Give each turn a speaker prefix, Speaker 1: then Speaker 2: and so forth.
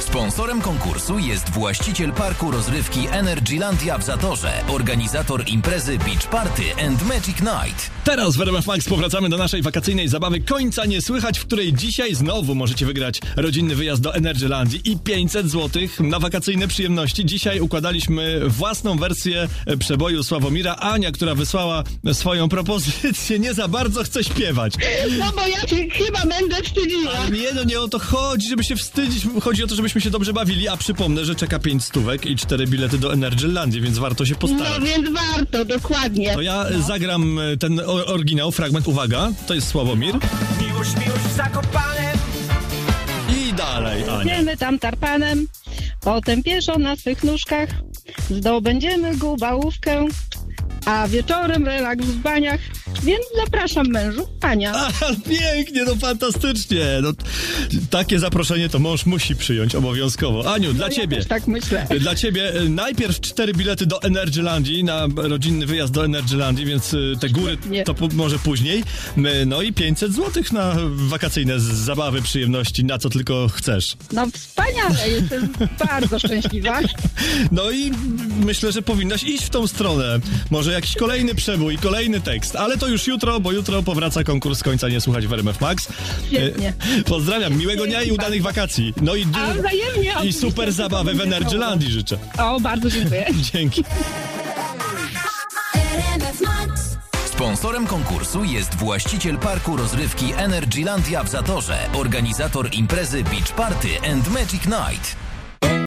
Speaker 1: Sponsorem konkursu jest właściciel parku rozrywki Energylandia w Zatorze, organizator imprezy Beach Party and Magic Night.
Speaker 2: Teraz w RMF Max powracamy do naszej wakacyjnej zabawy Końca Nie Słychać, w której dzisiaj znowu możecie wygrać rodzinny wyjazd do Energylandii i 500 zł na wakacyjne przyjemności. Dzisiaj układaliśmy własną wersję e, przeboju Sławomira. Ania, która wysłała swoją propozycję, nie za bardzo chce śpiewać.
Speaker 3: No bo ja się chyba będę wstydziła.
Speaker 2: Ale Nie, no nie o to chodzi, żeby się wstydzić. Chodzi o to, żebyśmy się dobrze bawili, a przypomnę, że czeka 5 stówek i 4 bilety do Energylandii, więc warto się postarać.
Speaker 3: No więc warto, dokładnie.
Speaker 2: To ja e, zagram e, ten o- oryginał, fragment. Uwaga, to jest Sławomir.
Speaker 4: Miłość, miłość w Zakopanem
Speaker 2: I dalej, Ania.
Speaker 5: Biegniemy tam tarpanem, potem pieszo na swych nóżkach, zdobędziemy gubałówkę, a wieczorem relaks w baniach, więc zapraszam mężu, pania.
Speaker 2: A, pięknie, no fantastycznie. No, t- takie zaproszenie to mąż musi przyjąć obowiązkowo. Aniu, dla ciebie.
Speaker 5: Ja też tak myślę.
Speaker 2: Dla ciebie e, najpierw cztery bilety do Energylandii, na rodzinny wyjazd do Energylandii, więc e, te góry
Speaker 5: Świetnie.
Speaker 2: to po, może później. My- No i 500 zł na wakacyjne z- zabawy, przyjemności, na co tylko chcesz.
Speaker 5: No wspaniale, jestem bardzo szczęśliwa.
Speaker 2: No i myślę, że powinnaś iść w tą stronę. Może jakiś kolejny przebój, kolejny tekst, ale to już jutro, bo jutro powraca konkurs końca nie słuchać w RMF Max.
Speaker 5: Świetnie.
Speaker 2: E, Pozdrawiam, miłego dnia i
Speaker 5: Dzięki
Speaker 2: udanych wakacji. No i,
Speaker 5: A wzajemnie.
Speaker 2: i
Speaker 5: oczywiście,
Speaker 2: super
Speaker 5: tylko
Speaker 2: zabawy w
Speaker 5: będzie
Speaker 2: Energylandii życzę.
Speaker 5: O, bardzo dziękuję.
Speaker 2: Dzięki.
Speaker 6: RMF Max.
Speaker 1: Sponsorem konkursu jest właściciel parku rozrywki Energylandia w Zatorze, organizator imprezy Beach Party and Magic Night.